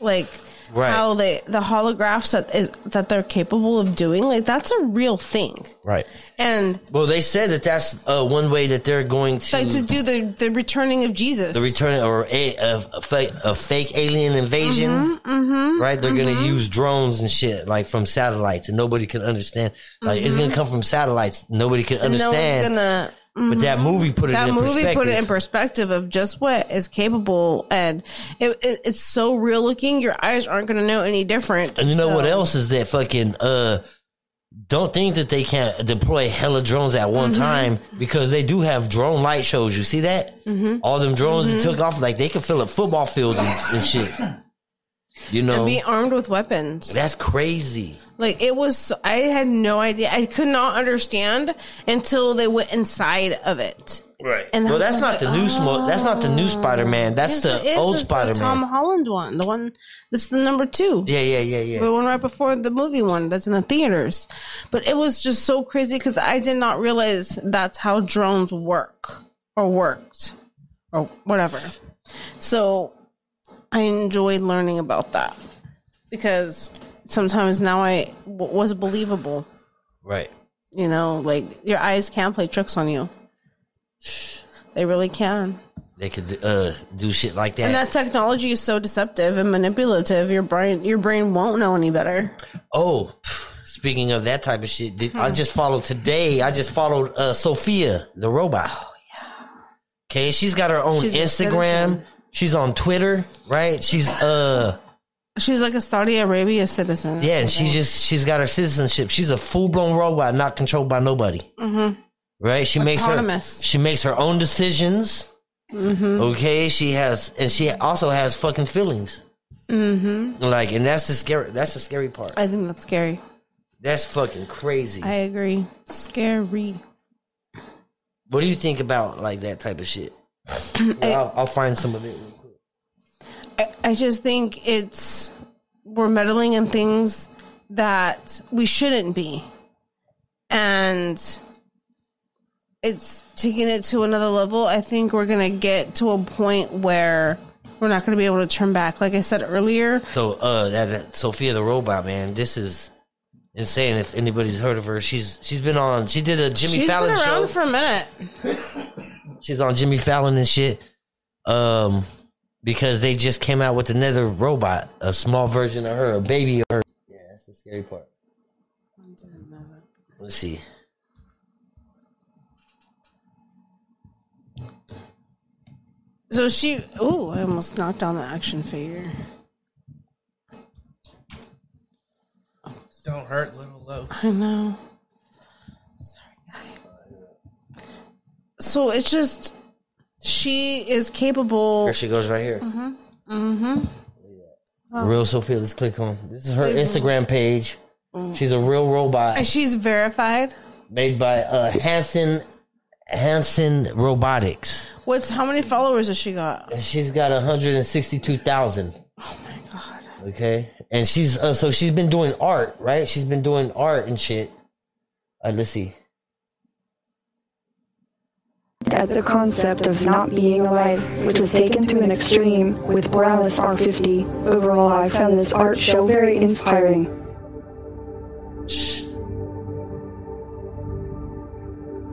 S2: like.
S1: Right.
S2: How they the holographs that is that they're capable of doing like that's a real thing
S1: Right.
S2: and
S1: Well, they said that that's uh, one way that they're going to
S2: like to do the the returning of Jesus.
S1: Mm. the return or a, a, a, fake, a fake alien invasion.
S2: Mm-hmm,
S1: right? They're gonna use drones and shit like from satellites, and nobody can understand. Like it's gonna come from satellites. Nobody can
S2: Mm-hmm. no one's
S1: understand.
S2: gonna. mm-hmm.
S1: But that movie put it
S2: That
S1: in
S2: movie
S1: perspective.
S2: put it in perspective of just what is capable, and it, it, it's so real looking. Your eyes aren't going to know any different.
S1: and you know
S2: so-
S1: what else is that fucking uh don't think that they can't deploy hella drones at one
S2: Mm-hmm.
S1: time because they do have drone light shows. You see that?
S2: Mm-hmm.
S1: All them drones that took off, like they could fill up football fields and, and shit. You know,
S2: Be armed with weapons.
S1: that's crazy.
S2: Like it was, I had no idea. I could not understand until they went inside of it.
S1: Right.
S2: And
S1: well,
S2: I
S1: that's
S2: was
S1: not the new smo- That's not the new Spider Man. That's
S2: Yes, it
S1: the
S2: is.
S1: old
S2: It's
S1: Spider
S2: the Tom
S1: Man.
S2: Holland one, the one that's the number two.
S1: Yeah, yeah, yeah, yeah.
S2: the one right before the movie one that's in the theaters. But it was just so crazy because I did not realize that's how drones work or worked or whatever. So I enjoyed learning about that because sometimes now I what was believable.
S1: Right.
S2: You know, like your eyes can play tricks on you. They really can.
S1: They could uh, do shit like that.
S2: And that technology is so deceptive and manipulative. Your brain your brain won't know any better.
S1: oh, pff, speaking of that type of shit, did,
S2: Hmm.
S1: I just followed today. I just followed uh, Sophia the robot. Okay, she's got her own
S2: Oh, She's a
S1: Instagram.
S2: citizen.
S1: She's on Twitter, right? She's uh
S2: She's like a Saudi Arabia citizen.
S1: yeah, and she just she's got her citizenship. She's a full blown robot, not controlled by nobody. Mm-hmm. Right? She makes
S2: Autonomous. Mm-hmm.
S1: her she makes her own decisions. Okay, she has, and she also has fucking feelings. Mm-hmm. Like, and that's the scary. That's the scary part.
S2: I think that's scary.
S1: That's fucking crazy.
S2: I agree. Scary.
S1: what do you think about like that type of
S2: [clears throat]
S1: shit? Well, I'll, I'll find some of it. real quick.
S2: I, I just think it's we're meddling in things that we shouldn't be. And it's taking it to another level. I think we're going to get to a point where we're not going to be able to turn back. Like I said earlier,
S1: So, uh, that, that Sophia the robot, man, this is insane. If anybody's heard of her, she's she's been on. She did a Jimmy
S2: she's been
S1: Fallon
S2: around
S1: show.
S2: for a minute.
S1: she's on Jimmy Fallon and shit. Um, because they just came out with another robot, a small version of her, a baby of her. Yeah, that's the scary part. Let's see.
S2: So she, oh, I almost knocked down the action figure.
S3: Don't hurt, little loaf.
S2: I know. Sorry, guy. So it's just she is capable.
S1: Here she goes right here. Mm-hmm. Mm-hmm. Real Sophia, let's click on. Mm. This is her Instagram page. She's a real robot
S2: and She's verified.
S1: made by uh, Hanson Hanson Robotics.
S2: What's how many followers has she got?
S1: And she's got 162,000. Oh my god. Okay. And she's uh, so she's been doing art, right? She's been doing art and shit. Uh, let's see.
S4: at the concept of not being alive, which was taken to an extreme with Borealis R50. Overall, I found this art show very inspiring.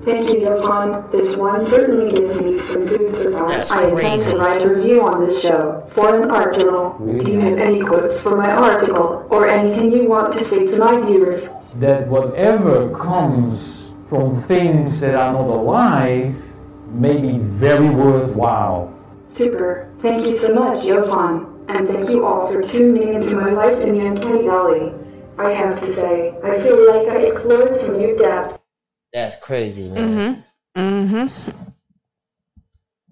S4: Thank you, Nirvan. This one certainly gives me some food for thought.
S1: That's
S4: I intend
S1: crazy.
S4: to write a review on this show for an art journal. Do you have any quotes for my article or anything you want to say to my viewers?
S5: that whatever comes from things that are not alive may be very worthwhile.
S4: Super. Thank you so much, Jovan. And thank you all for tuning into my life in the Uncanny Valley. I have to say, I feel like I explored some new depths.
S1: That's crazy, man.
S2: Mm-hmm.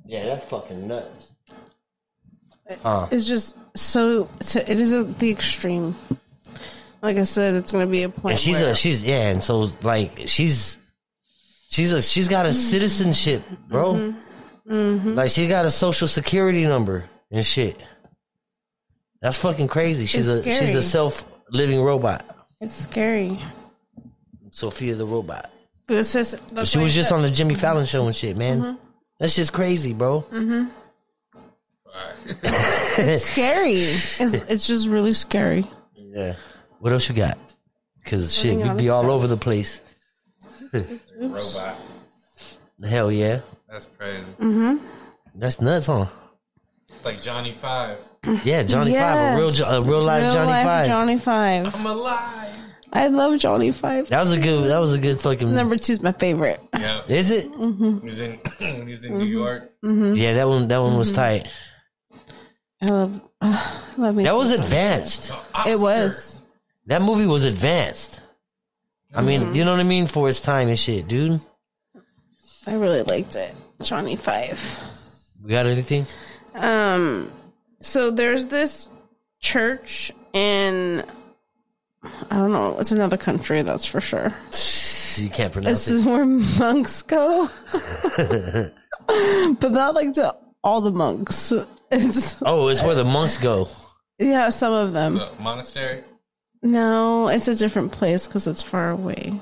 S1: Yeah, that's fucking nuts. Huh.
S2: It's just so, so it is at the extreme. Like I said, it's going to be a point.
S1: And she's
S2: where-
S1: a she's yeah, and so like she's she's a she's
S2: Mm-hmm.
S1: got a citizenship, bro. Like she got a social security number and shit. That's fucking crazy. She's
S2: It's
S1: a she's a
S2: scary.
S1: self living robot.
S2: it's scary.
S1: Sophia the robot.
S2: This is
S1: But she was just on the Jimmy Fallon show and shit, man.
S2: Mm-hmm.
S1: That's just crazy, bro.
S2: scary.
S1: [laughs]
S2: It's it's just really scary.
S1: Yeah. What else you got? Because shit, we'd be all over the place.
S3: Robot.
S1: Hell yeah.
S3: That's crazy.
S1: Mm. That's nuts, huh?
S3: It's like Johnny Five.
S1: Yeah, Johnny Five, a real, jo- a real life
S2: Real
S1: Johnny
S2: life
S1: Five.
S2: Johnny Five.
S3: I'm alive.
S2: I love Johnny Five.
S1: That was a good. That was a good fucking.
S2: Number two is my favorite.
S3: Yeah.
S1: Is it?
S2: Mm-hmm.
S3: He was in [clears throat] when he was in New
S1: Mm-hmm.
S3: York.
S1: Yeah, that one. That one
S2: Mm-hmm.
S1: was tight.
S2: I love, [sighs] I love me.
S1: That was advanced.
S2: it was.
S1: That movie was advanced. I mean,
S2: Mm-hmm.
S1: you know what I mean for its time and shit, dude.
S2: I really liked it. Johnny Five.
S1: We got anything?
S2: Um, so there's this church in I don't know. It's another country, that's for sure.
S1: You can't pronounce
S2: This
S1: it.
S2: is where monks go, but not like to all the monks. [laughs] It's
S1: Oh, it's where the monks go.
S2: yeah, some of them.
S3: The monastery.
S2: No, it's a different place because it's far away.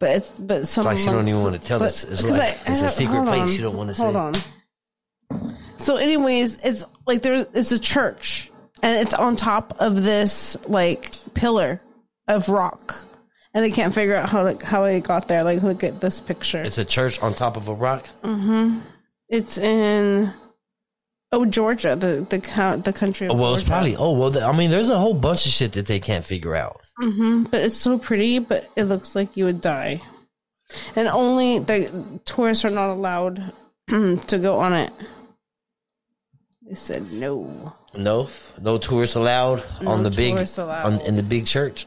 S2: But it's but some
S1: Like she don't
S2: monks-
S1: even wanna tell
S2: but-
S1: us. It's
S2: 'cause
S1: like- it's a
S2: don't-
S1: secret
S2: hold
S1: place
S2: on,
S1: you don't wanna
S2: Hold
S1: say.
S2: on. So, anyways, it's like there's it's a church and it's on top of this like pillar of rock, and they can't figure out how to, how it got there. Like, look at this picture.
S1: It's a church on top of a rock.
S2: It's in oh Georgia, the the count the country. Of
S1: well, it's
S2: Georgia.
S1: probably. Oh well, the, I mean, there's a whole bunch of shit that they can't figure out.
S2: but it's so pretty. But it looks like you would die, and only the tourists are not allowed [clears throat] to go on it. They said no.
S1: No, no tourists allowed on the big
S2: tourists allowed.
S1: On, in the big church.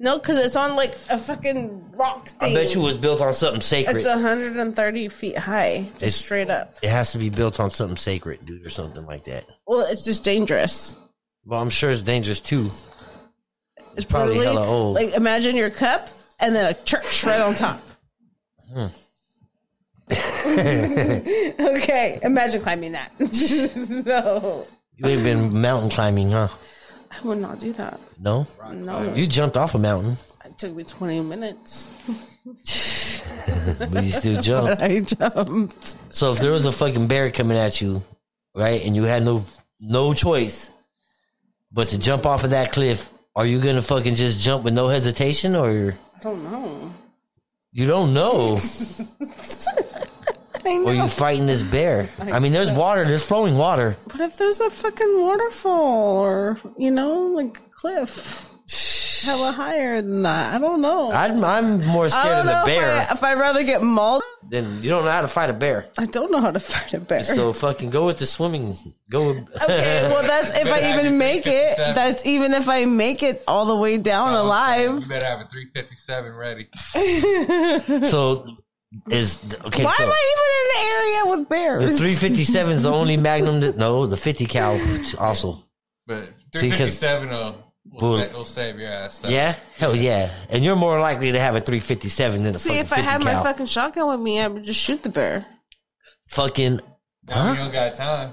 S2: No, because it's on like a fucking rock
S1: I
S2: thing.
S1: bet you it was built on something sacred.
S2: it's 130 feet high, just
S1: It's-
S2: straight up.
S1: it has to be built on something sacred, dude, or something like that.
S2: Well, it's just dangerous.
S1: Well, I'm sure it's dangerous too.
S2: It's
S1: probably
S2: literally,
S1: hella old.
S2: Like imagine your cup and then a church right on top.
S1: Hmm. [laughs]
S2: [laughs] okay, imagine climbing that. [laughs] so
S1: You ain't been mountain climbing, huh?
S2: I would not do that.
S1: No,
S2: No,
S1: you jumped off a mountain,
S2: it took me 20 minutes.
S1: but you still jumped.
S2: [laughs] I jumped.
S1: So if there was a fucking bear coming at you, right, and you had no no choice but to jump off of that cliff, are you gonna fucking just jump with no hesitation, or
S2: I don't know.
S1: you don't
S2: [laughs]
S1: know?
S2: I know.
S1: Or you fighting this bear? I mean, there's water, there's flowing water.
S2: What if there's a fucking waterfall or, you know, like a cliff? Hella higher than that. I don't know. I,
S1: I'm I'm more scared
S2: don't
S1: of the
S2: know
S1: bear
S2: if, I, if I'd rather get mauled.
S1: than you don't know how to fight a bear.
S2: I don't know how to fight a bear.
S1: So fucking go with the swimming. Go. With,
S2: [laughs] okay, well, that's if I even make it. That's even if I make it all the way down
S3: Uh, You
S2: alive.
S3: better have a 357 ready.
S1: so is okay.
S2: Why
S1: so
S2: am I even in an area with
S1: the
S2: bears?
S1: three fifty seven is the only Magnum that no, the fifty cal also.
S3: But
S1: See, 'cause-
S3: 357 will, will,
S1: Well-
S3: sa- will save your ass. though.
S1: Yeah, hell yeah, and you're more likely to have a three fifty seven than a
S2: See,
S1: fucking
S2: if I
S1: fifty
S2: had my
S1: cal.
S2: fucking shotgun with me, I would just shoot the bear.
S1: fucking
S3: Now you don't got time.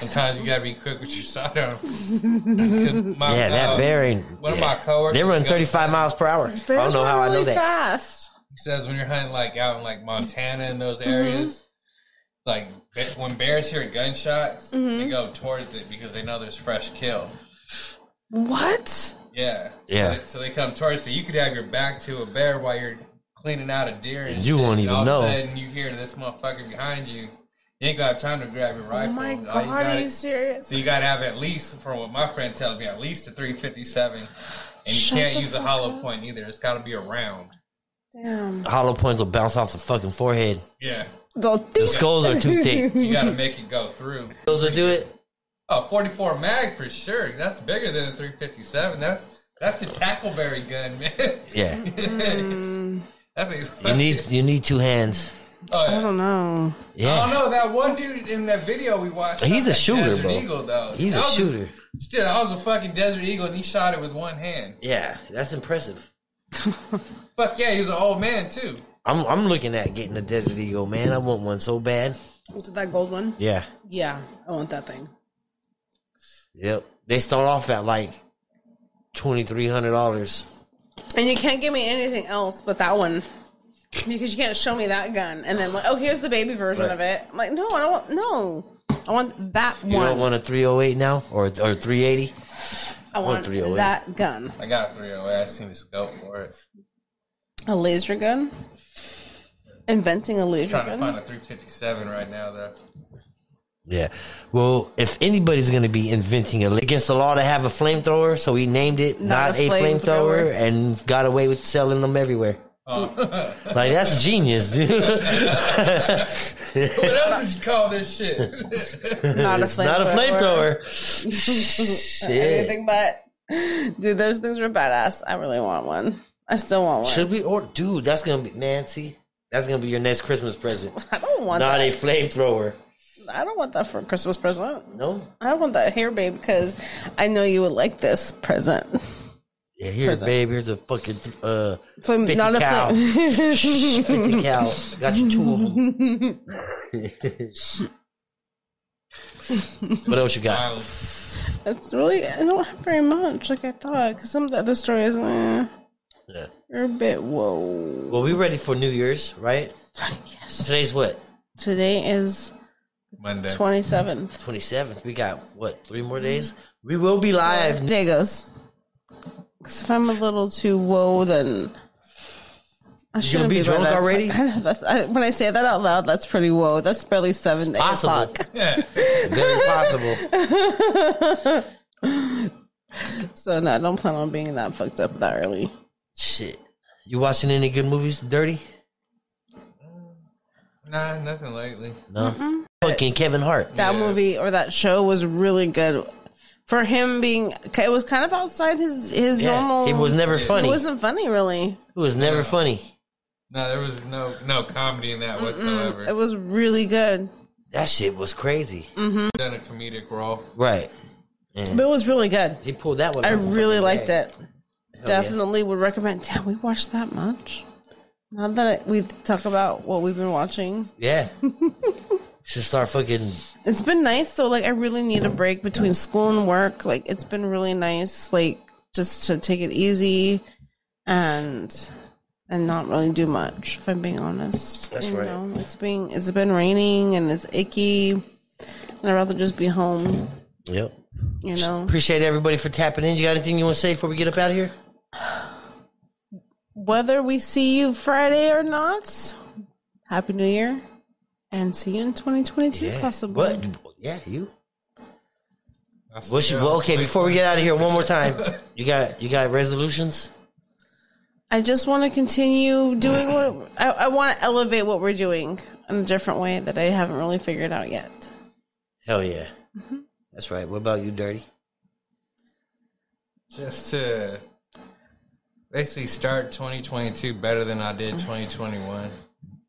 S3: Sometimes you gotta be quick with
S1: [laughs]
S3: your sidearm. 'Cause
S2: Oh,
S3: my-
S1: yeah,
S3: uh,
S1: that bear ain't.
S3: One of
S1: yeah.
S3: my coworkers
S1: They run
S3: goes-
S1: thirty five miles per hour. I
S2: Bears
S1: don't know
S2: run
S1: how I know
S2: really
S1: that.
S2: Fast.
S1: Mm-hmm.
S3: He says when you're hunting like out in like Montana and those areas, like be- when bears hear gunshots,
S1: Mm-hmm.
S3: they go towards it because they know there's fresh kill.
S2: What?
S3: Yeah. So
S1: Yeah.
S3: they- So they come towards you. You could have your back to a bear while you're cleaning out a deer, and
S1: You
S3: shit,
S1: won't
S3: and
S1: even
S3: all
S1: know.
S3: Of a sudden, you hear this motherfucker behind you. You ain't gonna have time to grab your
S2: Oh
S3: rifle.
S2: my
S3: All you
S2: god,
S3: gotta-
S2: are you serious?
S3: so you gotta have at least, from what my friend tells me, at least a 357, and you
S2: Shut
S3: can't
S2: the
S3: use a
S2: fuck
S3: hollow
S2: up.
S3: point either. It's gotta be a round.
S2: Damn.
S1: Hollow points will bounce off the fucking forehead.
S3: Yeah.
S2: Go
S1: The skulls are too thick.
S2: [laughs]
S3: You gotta make it go through.
S1: Those will do it.
S3: Oh, 44 mag for sure. That's bigger than a 357. That's that's the tackleberry gun, man.
S1: Yeah.
S3: [laughs] that thing,
S1: You need you need two hands.
S3: Oh,
S2: I
S3: yeah.
S2: don't know.
S3: I
S1: Yeah.
S3: don't know Oh, that one dude in that video we watched.
S1: He's
S3: shot
S1: a
S3: that
S1: shooter,
S3: Desert
S1: bro.
S3: Eagle, though.
S1: He's
S3: That
S1: a
S3: was
S1: shooter.
S3: still, I was a fucking Desert Eagle, and he shot it with one hand.
S1: Yeah, that's impressive.
S3: Fuck yeah, he was an old man too.
S1: I'm I'm looking at getting a Desert Eagle, man. I want one so bad.
S2: Was it that gold one?
S1: Yeah.
S2: Yeah, I want that thing.
S1: Yep. They start off at like twenty three hundred dollars.
S2: And you can't give me anything else but that one. Because you can't show me that gun. And then, like, oh, here's the baby version
S1: Right.
S2: of it. I'm like, no, I don't want, no. I want that
S1: You
S2: one.
S1: don't want a three oh eight now or or three eighty?
S2: I want
S1: 308.
S2: that gun.
S3: I got a 308. I seen the scope for it.
S2: A laser gun? Inventing a laser
S3: Trying to
S2: gun?
S3: find a 357 right now, though.
S1: Yeah. Well, if anybody's going to be inventing it against the law to have a flamethrower, so he named it not,
S2: Not
S1: a
S2: a
S1: flamethrower
S2: flamethrower. Oh.
S1: and got away with selling them everywhere. like that's genius,
S2: [laughs]
S1: dude. [laughs]
S3: What else did you call this shit? [laughs]
S2: not a
S1: It's not a flamethrower.
S2: [laughs]
S1: Shit.
S2: Anything but. Dude, those things were badass. I really want one. I still want one.
S1: Should we order? Dude, that's gonna be man. See, that's gonna be your next Christmas
S2: [laughs]
S1: present.
S2: I don't want
S1: Not
S2: that.
S1: a flamethrower.
S2: I don't want that for a Christmas present.
S1: No.
S2: I want that hair, babe, because I know you would like this present.
S1: Yeah, here,
S2: Present.
S1: babe. Here's a fucking
S2: [laughs]
S1: uh,
S2: Flim-
S1: fifty
S2: not a
S1: cal. [laughs]
S2: flim-
S1: fifty cal. Got you two of them. [laughs] what else you got?
S3: Violence.
S2: [laughs] It's really I don't have very much, like I thought, because some of the other stories eh,
S1: Yeah.
S2: are a bit whoa.
S1: Well, we ready for New Year's, right?
S2: Yes.
S1: Today's what?
S2: Today is
S3: Monday.
S2: twenty seventh.
S1: 27th. We got what? Three more days? We will be live.
S2: Today goes. Because if I'm a little too whoa, then I shouldn't
S1: be
S2: by
S1: drunk
S2: that
S1: already?
S2: time. [laughs] I know, that's, I, when I say that out loud, that's pretty whoa. That's barely seven eight
S1: possible.
S2: o'clock. [laughs]
S3: Yeah.
S1: [laughs] Very possible.
S2: So no, I don't plan on being that fucked up that early.
S1: Shit. You watching any good movies? Dirty?
S3: Nah, nothing lately.
S1: No. Fucking Kevin Hart.
S2: that
S3: Yeah.
S2: movie or that show was really good for him being it was kind of outside his his
S1: Yeah.
S2: normal
S1: He was never funny.
S2: it wasn't funny really
S1: never funny.
S3: No, there was no no comedy in that whatsoever.
S2: it was really good
S1: That shit was crazy.
S2: Mm.
S3: Done a comedic role.
S1: Right.
S2: but it was really good
S1: He pulled that one.
S2: i
S1: out the
S2: really
S1: fucking
S2: liked
S1: bag.
S2: it definitely would recommend damn we watched that much now that I, we talk about what we've been watching
S1: Yeah. Should start fucking.
S2: it's been nice though like i really need a break between school and work like it's been really nice like just to take it easy and and not really do much if i'm being honest
S1: That's
S2: You
S1: right.
S2: know, it's being it's been raining and it's icky and i'd rather just be home
S1: Yep.
S2: you know
S1: Appreciate everybody for tapping in. You got anything you want to say before we get up out of here?
S2: whether we see you friday or not happy new year and see you in 2022 possibly
S1: What? Yeah, you.
S3: I'll see
S1: What's your,
S3: y'all
S1: well, okay,
S3: later.
S1: before we get out of here, one more time. You got you got resolutions?
S2: I just want to continue doing what I, I want to elevate what we're doing in a different way that I haven't really figured out yet.
S1: Hell yeah. That's right. What about you, Dirty?
S3: just to basically start 2022 better than I did 2021.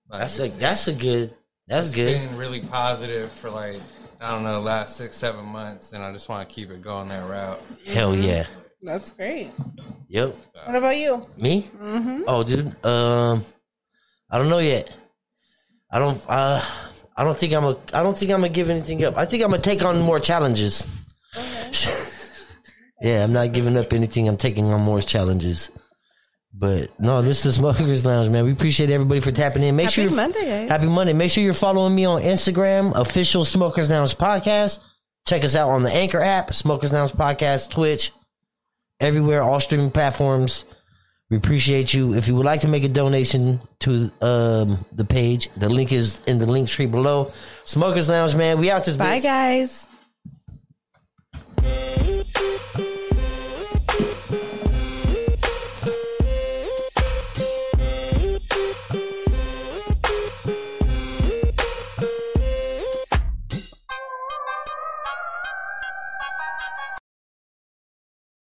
S3: Like,
S1: That's a that's a good that's good.
S3: been really positive for like I don't know last six seven months, and I just want to keep it going that route.
S1: Hell yeah.
S2: That's great.
S1: Yep.
S2: What about you?
S1: Me? Mm-hmm. Oh, dude. Um, I don't know yet. I don't. Uh, I don't think I'm a. I don't think I'm gonna give anything up. I think I'm gonna take on more challenges. [laughs] yeah, I'm not giving up anything. I'm taking on more challenges. But no, this is the Smokers Lounge, man. We appreciate everybody for tapping in. Make
S2: Happy
S1: sure you're-
S2: Monday, guys.
S1: Happy Monday. Make sure you're following me on Instagram, official Smokers Lounge Podcast. Check us out on the Anchor app, Smokers Lounge Podcast, Twitch, everywhere, all streaming platforms. We appreciate you. If you would like to make a donation to um, the page, the link is in the link tree below. Smokers Lounge, man. We out this
S2: Bye,
S1: bitch.
S2: guys.